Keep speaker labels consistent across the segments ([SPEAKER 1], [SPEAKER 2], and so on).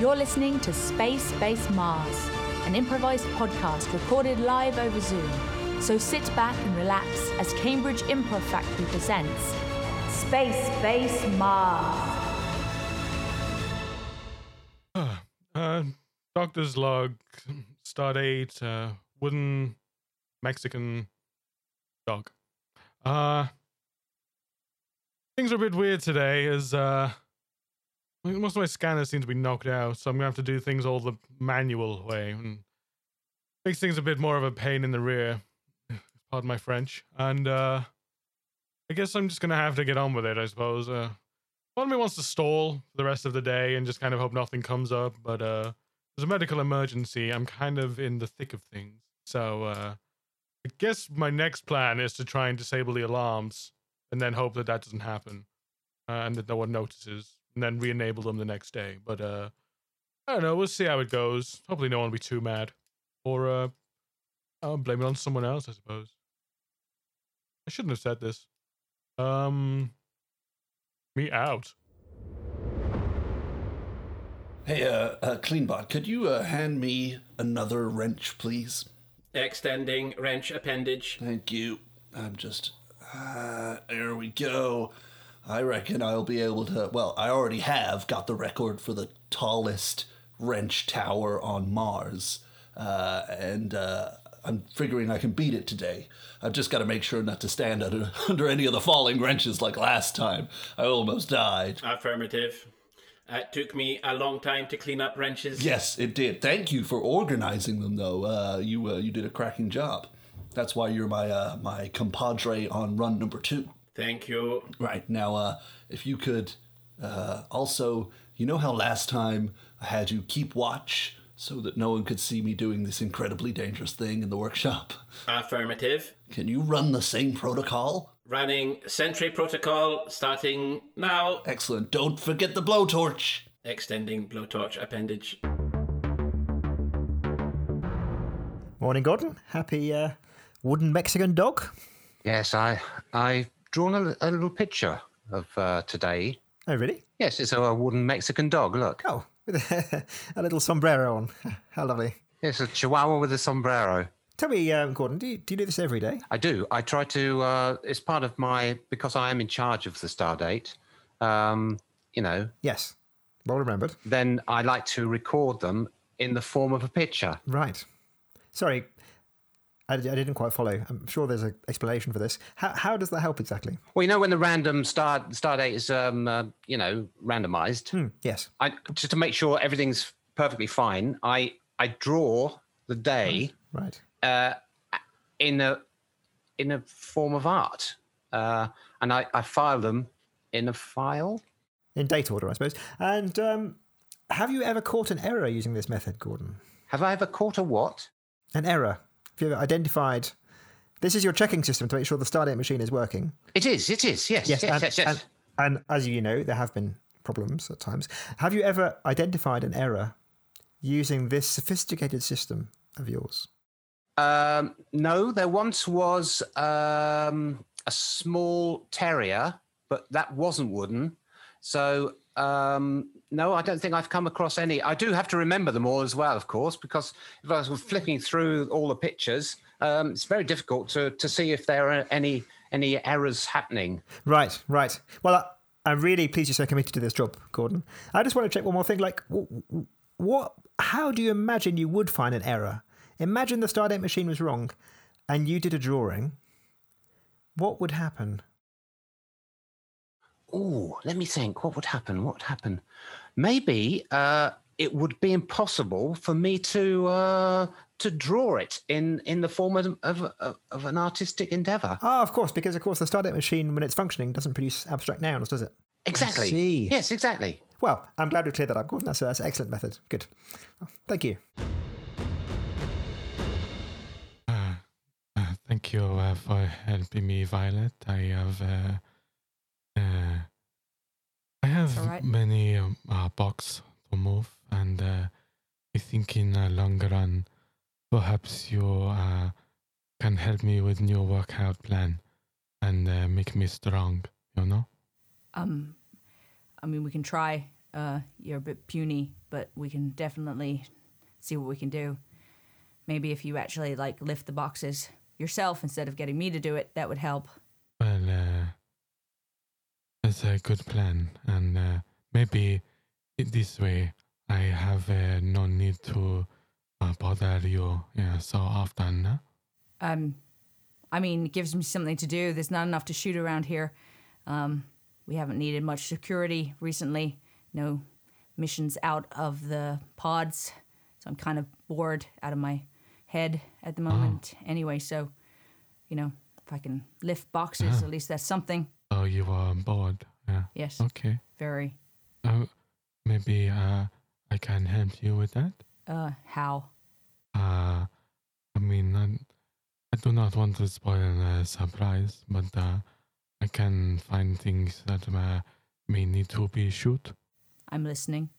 [SPEAKER 1] You're listening to Space Base Mars, an improvised podcast recorded live over Zoom. So sit back and relax as Cambridge Improv Factory presents Space Base Mars.
[SPEAKER 2] Uh, doctor's log, stardate, uh, wooden Mexican dog. Uh, things are a bit weird today as uh, most of my scanners seem to be knocked out, so I'm gonna have to do things all the manual way and makes things a bit more of a pain in the rear. Pardon my French. And uh, I guess I'm just gonna have to get on with it, I suppose. Uh, Part of me wants to stall for the rest of the day and just kind of hope nothing comes up, but uh there's a medical emergency. I'm kind of in the thick of things. So uh I guess my next plan is to try and disable the alarms and then hope that that doesn't happen uh, and that no one notices and then re-enable them the next day. But uh I don't know, we'll see how it goes. Hopefully no one will be too mad or uh I'll blame it on someone else, I suppose. I shouldn't have said this. Um me out.
[SPEAKER 3] Hey, uh, uh, Cleanbot, could you uh, hand me another wrench, please?
[SPEAKER 4] extending wrench appendage.
[SPEAKER 3] Thank you. I'm just. Uh, there we go. I reckon I'll be able to. Well, I already have got the record for the tallest wrench tower on Mars, uh, and uh, I'm figuring I can beat it today. I've just got to make sure not to stand under, under any of the falling wrenches like last time. I almost died.
[SPEAKER 4] Affirmative. Uh, It took me a long time to clean up wrenches.
[SPEAKER 3] Yes, it did. Thank you for organizing them, though. Uh, you uh, you did a cracking job. That's why you're my uh, my compadre on run number two.
[SPEAKER 4] Thank you.
[SPEAKER 3] Right now, uh, if you could uh, also, you know how last time I had you keep watch so that no one could see me doing this incredibly dangerous thing in the workshop.
[SPEAKER 4] Affirmative.
[SPEAKER 3] Can you run the same protocol?
[SPEAKER 4] Running sentry protocol starting now.
[SPEAKER 3] Excellent. Don't forget the blowtorch.
[SPEAKER 4] Extending blowtorch appendage.
[SPEAKER 5] Morning, Gordon. Happy uh, wooden Mexican dog.
[SPEAKER 6] Yes, I I've drawn a, a little picture of uh, today.
[SPEAKER 5] Oh, really?
[SPEAKER 6] Yes, it's a, wooden Mexican dog. Look,
[SPEAKER 5] Oh, with a, a little sombrero on. How lovely.
[SPEAKER 6] it's a Chihuahua with a sombrero.
[SPEAKER 5] Tell me, um, Gordon, do you, do you do this every day?
[SPEAKER 6] I do. I try to. Uh, it's part of my because I am in charge of the star date. Um, you know,
[SPEAKER 5] Yes. Well remembered.
[SPEAKER 6] then I like to record them in the form of a picture.
[SPEAKER 5] Right. Sorry, I, I didn't quite follow. I'm sure there's an explanation for this. How, how does that help exactly?
[SPEAKER 6] Well, you know, when the random star star date is um, uh, you know randomized,
[SPEAKER 5] Hmm, yes.
[SPEAKER 6] I just to make sure everything's perfectly fine. I I draw the day.
[SPEAKER 5] Right.
[SPEAKER 6] uh, in a in a form of art, uh, and I, I file them in a file.
[SPEAKER 5] In date order, I suppose. And um, have you ever caught an error using this method, Gordon?
[SPEAKER 6] Have I ever caught a what?
[SPEAKER 5] An error. Have you ever identified? This is your checking system to make sure the Stardate machine is working.
[SPEAKER 6] It is. It is. Yes.
[SPEAKER 5] yes,
[SPEAKER 6] Yes. Yes.
[SPEAKER 5] and,
[SPEAKER 6] yes, yes.
[SPEAKER 5] And, and as you know, there have been problems at times. Have you ever identified an error using this sophisticated system of yours?
[SPEAKER 6] um, no, there once was um, a small terrier, but that wasn't wooden. So um, no, I don't think I've come across any. I do have to remember them all as well, of course, because if I was flicking through all the pictures, um, it's very difficult to to see if there are any any errors happening.
[SPEAKER 5] Right, right. Well, I, I'm really pleased you're so committed to this job, Gordon. I just want to check one more thing. Like, w- w- what? How do you imagine you would find an error? Imagine the Stardate machine was wrong, and you did a drawing. What would happen?
[SPEAKER 6] Ooh, let me think. What would happen? What would happen? Maybe uh, it would be impossible for me to uh, to draw it in in the form of of, of- of an artistic endeavor.
[SPEAKER 5] Ah, of course, because of course the Stardate machine, when it's functioning, doesn't produce abstract nouns, does it?
[SPEAKER 6] Exactly.
[SPEAKER 5] see.
[SPEAKER 6] Yes, exactly.
[SPEAKER 5] Well, I'm glad we cleared that up, Gordon. That's, that's an excellent method. Good. Oh, Thank you.
[SPEAKER 2] Uh, thank you uh, for helping me, Violet. I have, uh, uh, I have
[SPEAKER 1] alright.
[SPEAKER 2] many um, uh, box to move, and uh, I think in the long run, perhaps you uh, can help me with new workout plan and uh, make me strong. You know?
[SPEAKER 1] Um, I mean, we can try.
[SPEAKER 7] Uh, you're a bit puny, but we can definitely see what we can do. Maybe if you actually like lift the boxes yourself instead of getting me to do it, that would help.
[SPEAKER 2] Well, uh, that's a good plan, and uh, maybe it this way I have uh, no need to uh, bother you yeah, so often. huh?
[SPEAKER 7] Um, I mean, it gives me something to do. There's not enough to shoot around here. Um, we haven't needed much security recently. No missions out of the pods, so I'm kind of bored out of my head at the moment. Anyway, so you know, if I can lift boxes, at least that's something.
[SPEAKER 2] So you are bored. Yeah.
[SPEAKER 7] Yes,
[SPEAKER 2] Okay.
[SPEAKER 7] very.
[SPEAKER 2] Uh, maybe uh, I can help you with that.
[SPEAKER 7] Uh, how?
[SPEAKER 2] Uh, I mean, I, I do not want to spoil a surprise, but uh, I can find things that uh, may need to be shoot.
[SPEAKER 7] I'm listening.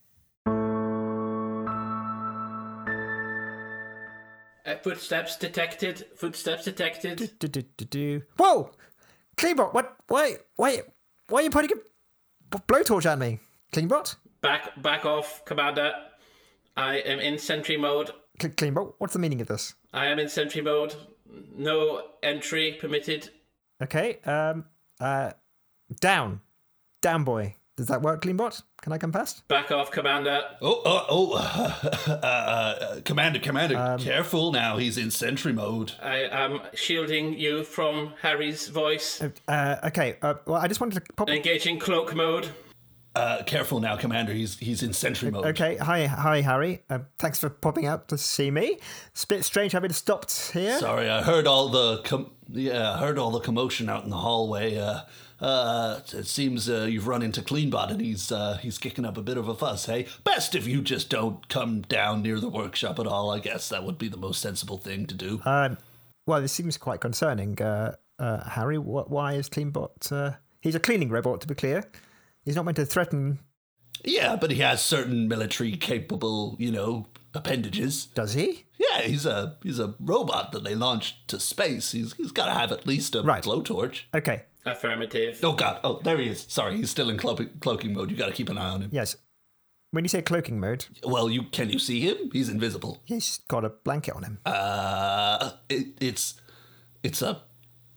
[SPEAKER 4] Uh, footsteps detected. Footsteps detected.
[SPEAKER 5] Do, do, do, do. Whoa! Klingbot, what? Why? Why? Why are you pointing a b- blowtorch at me? Klingbot?
[SPEAKER 4] Back, back off, Commander. I am in sentry mode.
[SPEAKER 5] Cl- Klingbot, what's the meaning of this?
[SPEAKER 4] I am in sentry mode. No entry permitted.
[SPEAKER 5] Okay, um, uh, down. Down, boy. Does that work, Klingbot? Can I come past?
[SPEAKER 4] Back off, Commander.
[SPEAKER 3] Oh, oh, oh. uh, uh, Commander, Commander, careful now. He's in sentry mode.
[SPEAKER 4] I am shielding you from Harry's voice.
[SPEAKER 5] Uh, okay, uh, well, I just wanted to pop.
[SPEAKER 4] Engaging cloak mode.
[SPEAKER 3] Uh, careful now, Commander. He's he's in sentry mode.
[SPEAKER 5] Okay, hi, hi, Harry. Um, thanks for popping out to see me. It's a bit strange having stopped here.
[SPEAKER 3] Sorry, I heard all the com- yeah, I heard all the commotion out in the hallway. Uh, uh, it seems uh, you've run into Cleanbot, and he's uh, he's kicking up a bit of a fuss. Hey, best if you just don't come down near the workshop at all. I guess that would be the most sensible thing to do.
[SPEAKER 5] Um, well, this seems quite concerning, uh, uh, Harry. Wh- why is Cleanbot? Uh, he's a cleaning robot, to be clear. He's not meant to threaten,
[SPEAKER 3] yeah, but he has certain military capable, you know, appendages.
[SPEAKER 5] does he?
[SPEAKER 3] Yeah, he's a he's a robot that they launched to space. He's he's got to have at least a
[SPEAKER 5] Right.
[SPEAKER 3] blowtorch.
[SPEAKER 5] Okay,
[SPEAKER 4] Affirmative.
[SPEAKER 3] Oh God! Oh, there he is. Sorry, he's still in clo- cloaking mode. You got to keep an eye on him.
[SPEAKER 5] yes. When you say cloaking mode,
[SPEAKER 3] Well, you can you see him? He's invisible.
[SPEAKER 5] he's got a blanket on him.
[SPEAKER 3] Uh, it, it's it's a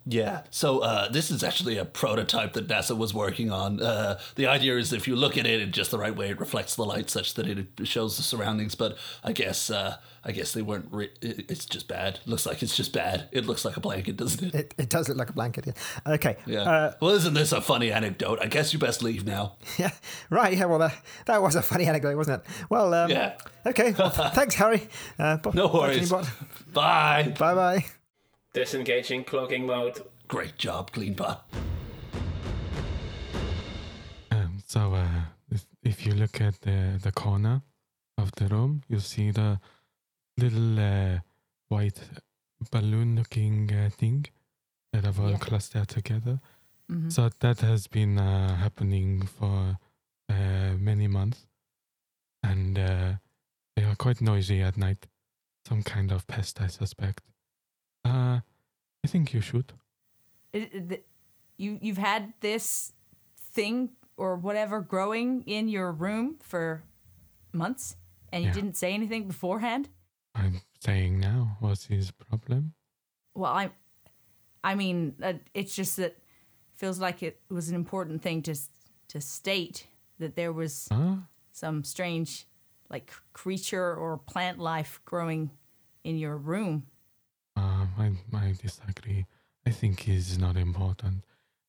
[SPEAKER 3] yeah. So uh, this is actually a prototype that NASA was working on. Uh, the idea is if you look at it in just the right way, it reflects the light such that it shows the surroundings. But I guess uh, I guess they weren't. Re- it- it's just bad. Looks like it's just bad. It looks like a blanket, doesn't it?
[SPEAKER 5] It, it does look like a blanket. yeah. Okay.
[SPEAKER 3] Yeah.
[SPEAKER 5] Uh,
[SPEAKER 3] well, isn't this a funny anecdote? I guess you best leave now.
[SPEAKER 5] yeah. Right. Yeah. Well, that, that was a funny anecdote, wasn't it? Well. Um,
[SPEAKER 3] Yeah.
[SPEAKER 5] Okay. Well, th- thanks, Harry. Uh, bo-
[SPEAKER 3] No worries. Bye.
[SPEAKER 5] Bye bye.
[SPEAKER 4] Disengaging cloaking mode.
[SPEAKER 3] Great job, Cleanbot.
[SPEAKER 2] Um, so, uh, if, if you look at the, the corner of the room, you see the little uh, white balloon looking uh, thing that have all
[SPEAKER 7] Yeah.
[SPEAKER 2] clustered together. So, that has been uh, happening for uh, many months. And uh, they are quite noisy at night. Some kind of pest, I suspect. Uh, I think you should.
[SPEAKER 7] It- it- th- you you've had this thing or whatever growing in your room for months, and you
[SPEAKER 2] Yeah.
[SPEAKER 7] didn't say anything beforehand.
[SPEAKER 2] I'm saying now, what's his problem?
[SPEAKER 7] Well, I, I mean, uh, it's just that feels like it was an important thing to s- to state that there was
[SPEAKER 2] Huh?
[SPEAKER 7] some strange, like c- creature or plant life growing in your room.
[SPEAKER 2] Um, I, I disagree. I think is not important,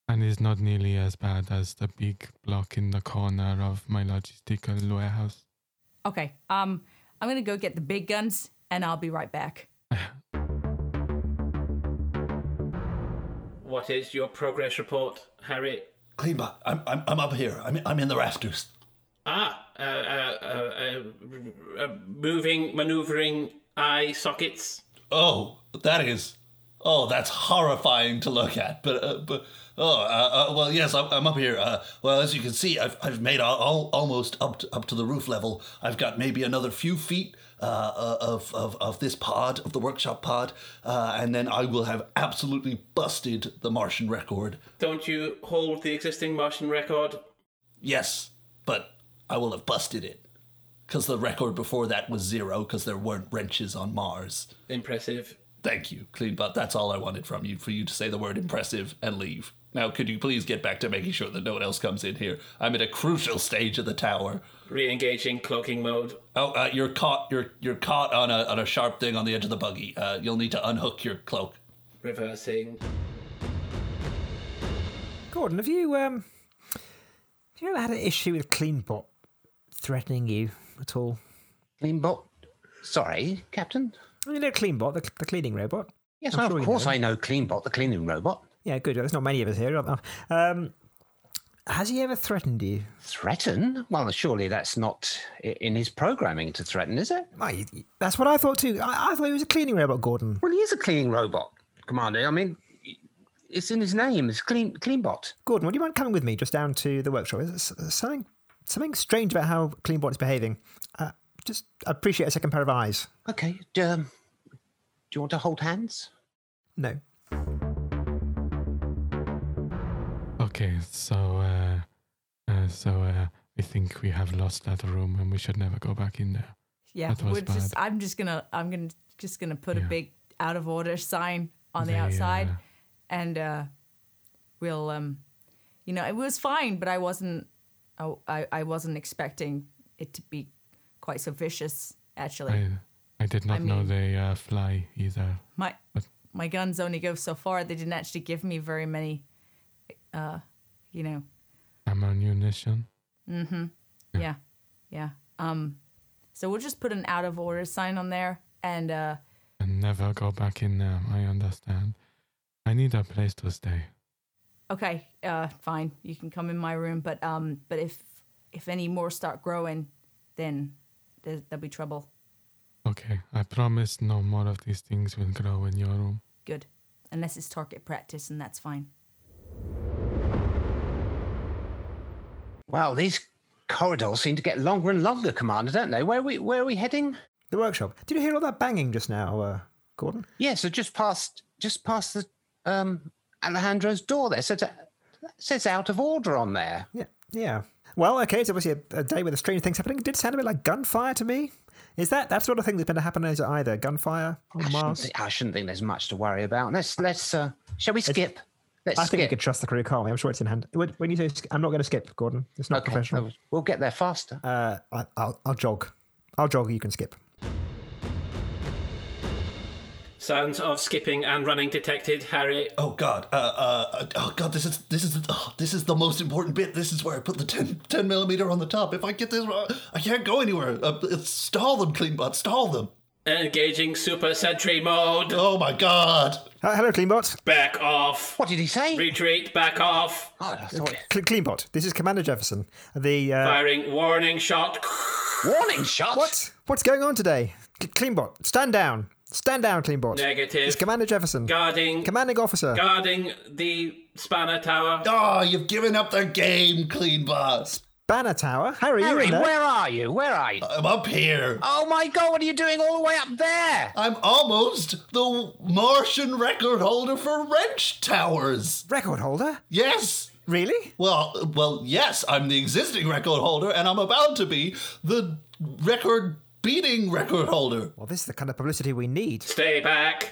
[SPEAKER 2] and is not nearly as bad as the big block in the corner of my logistical warehouse.
[SPEAKER 7] Okay, um, I'm gonna go get the big guns, and I'll be right back.
[SPEAKER 4] What is your progress report, Harry?
[SPEAKER 3] Cleanbot, I'm, I'm, I'm up here. I'm, I'm in the rafters.
[SPEAKER 4] Ah, uh, uh, uh, uh, uh, moving, maneuvering eye sockets.
[SPEAKER 3] Oh, that is. Oh, that's horrifying to look at. But, uh, but oh, uh, uh, well, yes, I'm, I'm up here. Uh, well, as you can see, I've, I've made all, all, almost up to, up to the roof level. I've got maybe another few feet uh, uh, of, of, of this pod, of the workshop pod, uh, and then I will have absolutely busted the Martian record.
[SPEAKER 4] Don't you hold the existing Martian record?
[SPEAKER 3] Yes, but I will have busted it. Because the record before that was zero, because there weren't wrenches on Mars.
[SPEAKER 4] Impressive.
[SPEAKER 3] Thank you, clean butt. That's all I wanted from you, for you to say the word impressive and leave. Now, could you please get back to making sure that no one else comes in here? I'm at a crucial stage of the tower.
[SPEAKER 4] Re-engaging cloaking mode.
[SPEAKER 3] Oh, uh, you're caught. You're you're caught on a on a sharp thing on the edge of the buggy. Uh, you'll need to unhook your cloak.
[SPEAKER 4] Reversing.
[SPEAKER 5] Gordon, have you um, have you ever had an issue with Cleanbot threatening you at all?
[SPEAKER 6] Cleanbot. Sorry, Captain.
[SPEAKER 5] You know Cleanbot, the, the cleaning robot.
[SPEAKER 6] Yes,
[SPEAKER 5] I'm
[SPEAKER 6] well,
[SPEAKER 5] sure
[SPEAKER 6] of
[SPEAKER 5] you
[SPEAKER 6] course
[SPEAKER 5] know.
[SPEAKER 6] I know Cleanbot, the cleaning robot.
[SPEAKER 5] Yeah, good. There's not many of us here. aren't there? Um, has he ever threatened you?
[SPEAKER 6] Threaten? Well, surely that's not i- in his programming to threaten, is it?
[SPEAKER 5] Well, he- he- that's what I thought too. I, I thought he was a cleaning robot, Gordon.
[SPEAKER 6] Well, he is a cleaning robot, Commander. I mean, it's in his name. It's clean Cleanbot.
[SPEAKER 5] Gordon, would you mind coming with me just down to the workshop? There's s- uh, something something strange about how Cleanbot is behaving. Uh, just appreciate a second pair of eyes.
[SPEAKER 6] Okay. d- Um, do you want to hold hands?
[SPEAKER 5] No.
[SPEAKER 2] Okay, so uh, uh so uh I think we have lost that room and we should never go back in there.
[SPEAKER 7] Yeah,
[SPEAKER 2] That was
[SPEAKER 7] we're just.
[SPEAKER 2] bad.
[SPEAKER 7] I'm just gonna. I'm gonna just gonna put a
[SPEAKER 2] Yeah.
[SPEAKER 7] big out of order sign on the
[SPEAKER 2] They,
[SPEAKER 7] outside,
[SPEAKER 2] uh,
[SPEAKER 7] and uh, we'll. Um, you know, it was fine, but I wasn't. I, I I wasn't expecting it to be quite so vicious. Actually,
[SPEAKER 2] I I did not know
[SPEAKER 7] mean-
[SPEAKER 2] they uh, fly either.
[SPEAKER 7] my
[SPEAKER 2] But-
[SPEAKER 7] my guns only go so far. They didn't actually give me very many. Uh, you know,
[SPEAKER 2] Ammunition.
[SPEAKER 7] Yeah. Yeah. Um so we'll just put an out of order sign on there and uh
[SPEAKER 2] And never go back in there. I understand. I need a place to stay.
[SPEAKER 7] okay, uh fine. You can come in my room, but um but if if any more start growing, then there, there'll be trouble.
[SPEAKER 2] Okay, I promise no more of these things will grow in your room.
[SPEAKER 7] Good. Unless it's target practice and that's fine.
[SPEAKER 6] Well, these corridors seem to get longer and longer, Commander, don't they? Where are we where are we heading?
[SPEAKER 5] The workshop. Did you hear all that banging just now, uh, Gordon?
[SPEAKER 6] Yeah, so just past just past the um Alejandro's door there. So to, that says out of order on there.
[SPEAKER 5] Yeah. Yeah. Well, okay, it's obviously a, a day with a strange things happening. It did sound a bit like gunfire to me. Is that that sort of thing that's been happening is it either gunfire
[SPEAKER 6] I
[SPEAKER 5] on
[SPEAKER 6] shouldn't,
[SPEAKER 5] Mars?
[SPEAKER 6] thi- I shouldn't think there's much to worry about. Let's let's uh shall we skip? Let's
[SPEAKER 5] I think we
[SPEAKER 6] skip.
[SPEAKER 5] could trust the crew, can't we? I'm sure it's in hand. When, when you say, sk- I'm not going to skip, Gordon. It's not
[SPEAKER 6] Okay,
[SPEAKER 5] professional.
[SPEAKER 6] oh, we'll get there faster.
[SPEAKER 5] Uh, I, I'll, I'll jog. I'll jog. You can skip.
[SPEAKER 4] Sounds of skipping and running detected, Harry.
[SPEAKER 3] Oh God! Uh, uh, uh, oh God! This is this is oh, this is the most important bit. This is where I put the 10, 10 millimeter on the top. If I get this wrong, I can't go anywhere. Uh, stall them, clean butt. Stall them.
[SPEAKER 4] Engaging super sentry mode.
[SPEAKER 3] Oh my God!
[SPEAKER 5] Uh, hello, Cleanbot.
[SPEAKER 4] Back off.
[SPEAKER 6] what did he say?
[SPEAKER 4] Retreat, back off.
[SPEAKER 6] Oh, I thought,
[SPEAKER 5] Cle- Cleanbot. This is Commander Jefferson. The uh,
[SPEAKER 4] Firing warning shot.
[SPEAKER 6] warning shot.
[SPEAKER 5] what? What's going on today? Cle- Cleanbot, stand down. Stand down, Cleanbot. It's
[SPEAKER 4] Negative.
[SPEAKER 5] Commander Jefferson,
[SPEAKER 4] Guarding
[SPEAKER 5] commanding officer.
[SPEAKER 4] guarding the spanner tower.
[SPEAKER 3] Oh, you've given up the game, clean butt.
[SPEAKER 5] Banner Tower. Harry, you
[SPEAKER 6] Harry,
[SPEAKER 5] in there?
[SPEAKER 6] where are you? Where are you?
[SPEAKER 5] Uh,
[SPEAKER 3] I'm up here.
[SPEAKER 6] oh my god, what are you doing all the way up there?
[SPEAKER 3] I'm almost the Martian record holder for wrench towers.
[SPEAKER 5] Record holder?
[SPEAKER 3] Yes.
[SPEAKER 5] Really?
[SPEAKER 3] Well, well, yes, I'm the existing record holder, and I'm about to be the record beating record holder.
[SPEAKER 5] Well, this is the kind of publicity we need.
[SPEAKER 4] Stay back.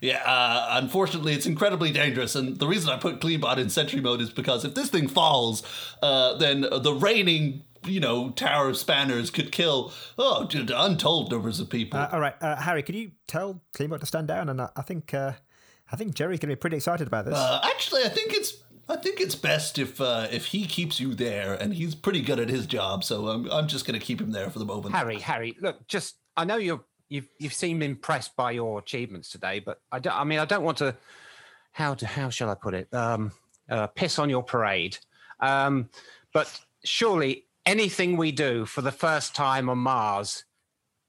[SPEAKER 3] Yeah, uh, unfortunately, it's incredibly dangerous, and the reason I put Cleanbot in sentry mode is because if this thing falls, uh, then the reigning, you know, tower spanners could kill oh, dude, untold numbers of people.
[SPEAKER 5] Uh, all right, uh, Harry, could you tell Cleanbot to stand down? And I, I think uh, I think Jerry's going to be pretty excited about this.
[SPEAKER 3] Uh, actually, I think it's I think it's best if uh, if he keeps you there, and he's pretty good at his job. So I'm I'm just gonna keep him there for the moment.
[SPEAKER 6] Harry, Harry, look, just I know you're you've you've seemed impressed by your achievements today, but I don't. I mean, I don't want to. How to how shall I put it? Um, uh, piss on your parade. Um, but surely anything we do for the first time on Mars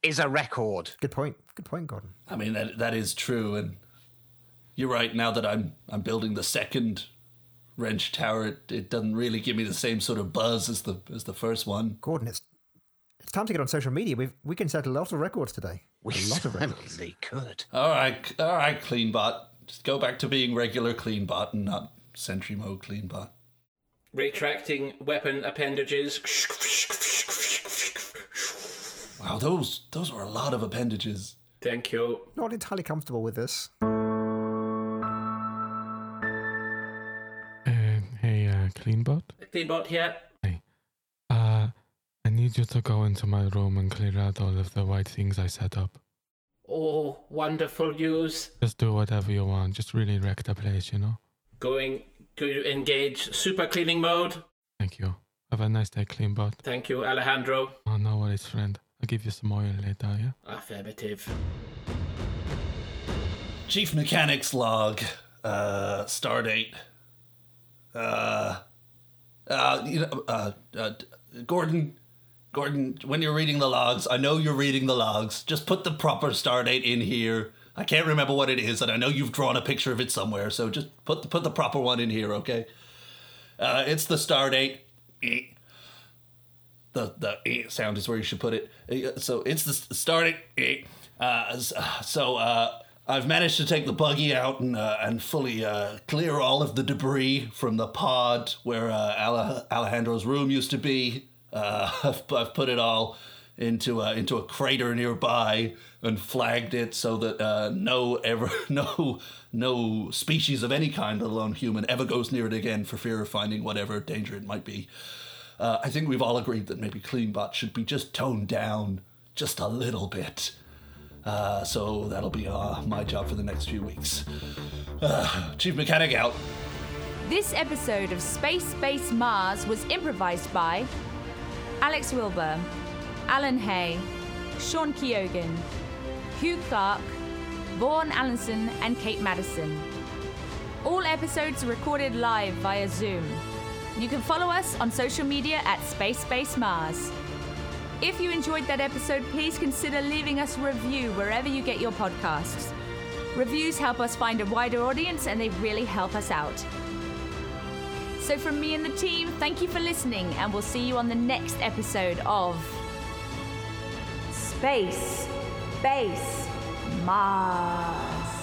[SPEAKER 6] is a record.
[SPEAKER 5] good point. Good point, Gordon.
[SPEAKER 3] I mean that that is true, and you're right. Now that I'm I'm building the second wrench tower, it, it doesn't really give me the same sort of buzz as the as the first one.
[SPEAKER 5] Gordon, it's it's time to get on social media. We've we can set a lot of records today.
[SPEAKER 6] We
[SPEAKER 5] a lot of records.
[SPEAKER 6] certainly could.
[SPEAKER 3] All right, c- all right, Cleanbot, just go back to being regular Cleanbot and not Sentry Mode Cleanbot.
[SPEAKER 4] Retracting weapon appendages.
[SPEAKER 3] Wow, those those were a lot of appendages.
[SPEAKER 4] Thank you.
[SPEAKER 5] Not entirely comfortable with this.
[SPEAKER 2] Uh, hey, uh, Cleanbot.
[SPEAKER 4] Cleanbot here.
[SPEAKER 2] Uh, I need you to go into my room and clear out all of the white things I set up.
[SPEAKER 4] Oh, wonderful news.
[SPEAKER 2] Just do whatever you want. Just really wreck the place, you know?
[SPEAKER 4] Going to engage super cleaning mode.
[SPEAKER 2] Thank you. Have a nice day, Cleanbot.
[SPEAKER 4] Thank you, Alejandro.
[SPEAKER 2] Oh, no worries, friend. I'll give you some oil later, yeah?
[SPEAKER 4] Affirmative.
[SPEAKER 3] Chief Mechanics log, uh, Stardate. Uh, uh, you know, uh, uh, Gordon, Gordon, when you're reading the logs, I know you're reading the logs. Just put the proper Stardate in here. I can't remember what it is, and I know you've drawn a picture of it somewhere. So just put the, put the proper one in here, okay? Uh, it's the Stardate. Eh. The the eh sound is where you should put it. Eh, So it's the s- Stardate. eh. Uh, s- so uh, I've managed to take the buggy out and uh, and fully uh, clear all of the debris from the pod where uh, Ale- Alejandro's room used to be. Uh, I've, I've put it all into a, into a crater nearby and flagged it so that uh, no ever no no species of any kind, let alone human, ever goes near it again for fear of finding whatever danger it might be. Uh, I think we've all agreed that maybe CleanBot should be just toned down just a little bit. Uh, so that'll be uh, my job for the next few weeks. Uh, Chief Mechanic out.
[SPEAKER 1] This episode of Space Space Mars was improvised by Alex Wilbur, Alan Hay, Sean Keogan, Hugh Clark, Vaughan Allenson, and Kate Madison. All episodes are recorded live via Zoom. You can follow us on social media at Space Space Mars. If you enjoyed that episode, please consider leaving us a review wherever you get your podcasts. Reviews help us find a wider audience and they really help us out. So, from me and the team, thank you for listening, and we'll see you on the next episode of Space, Base, Mars.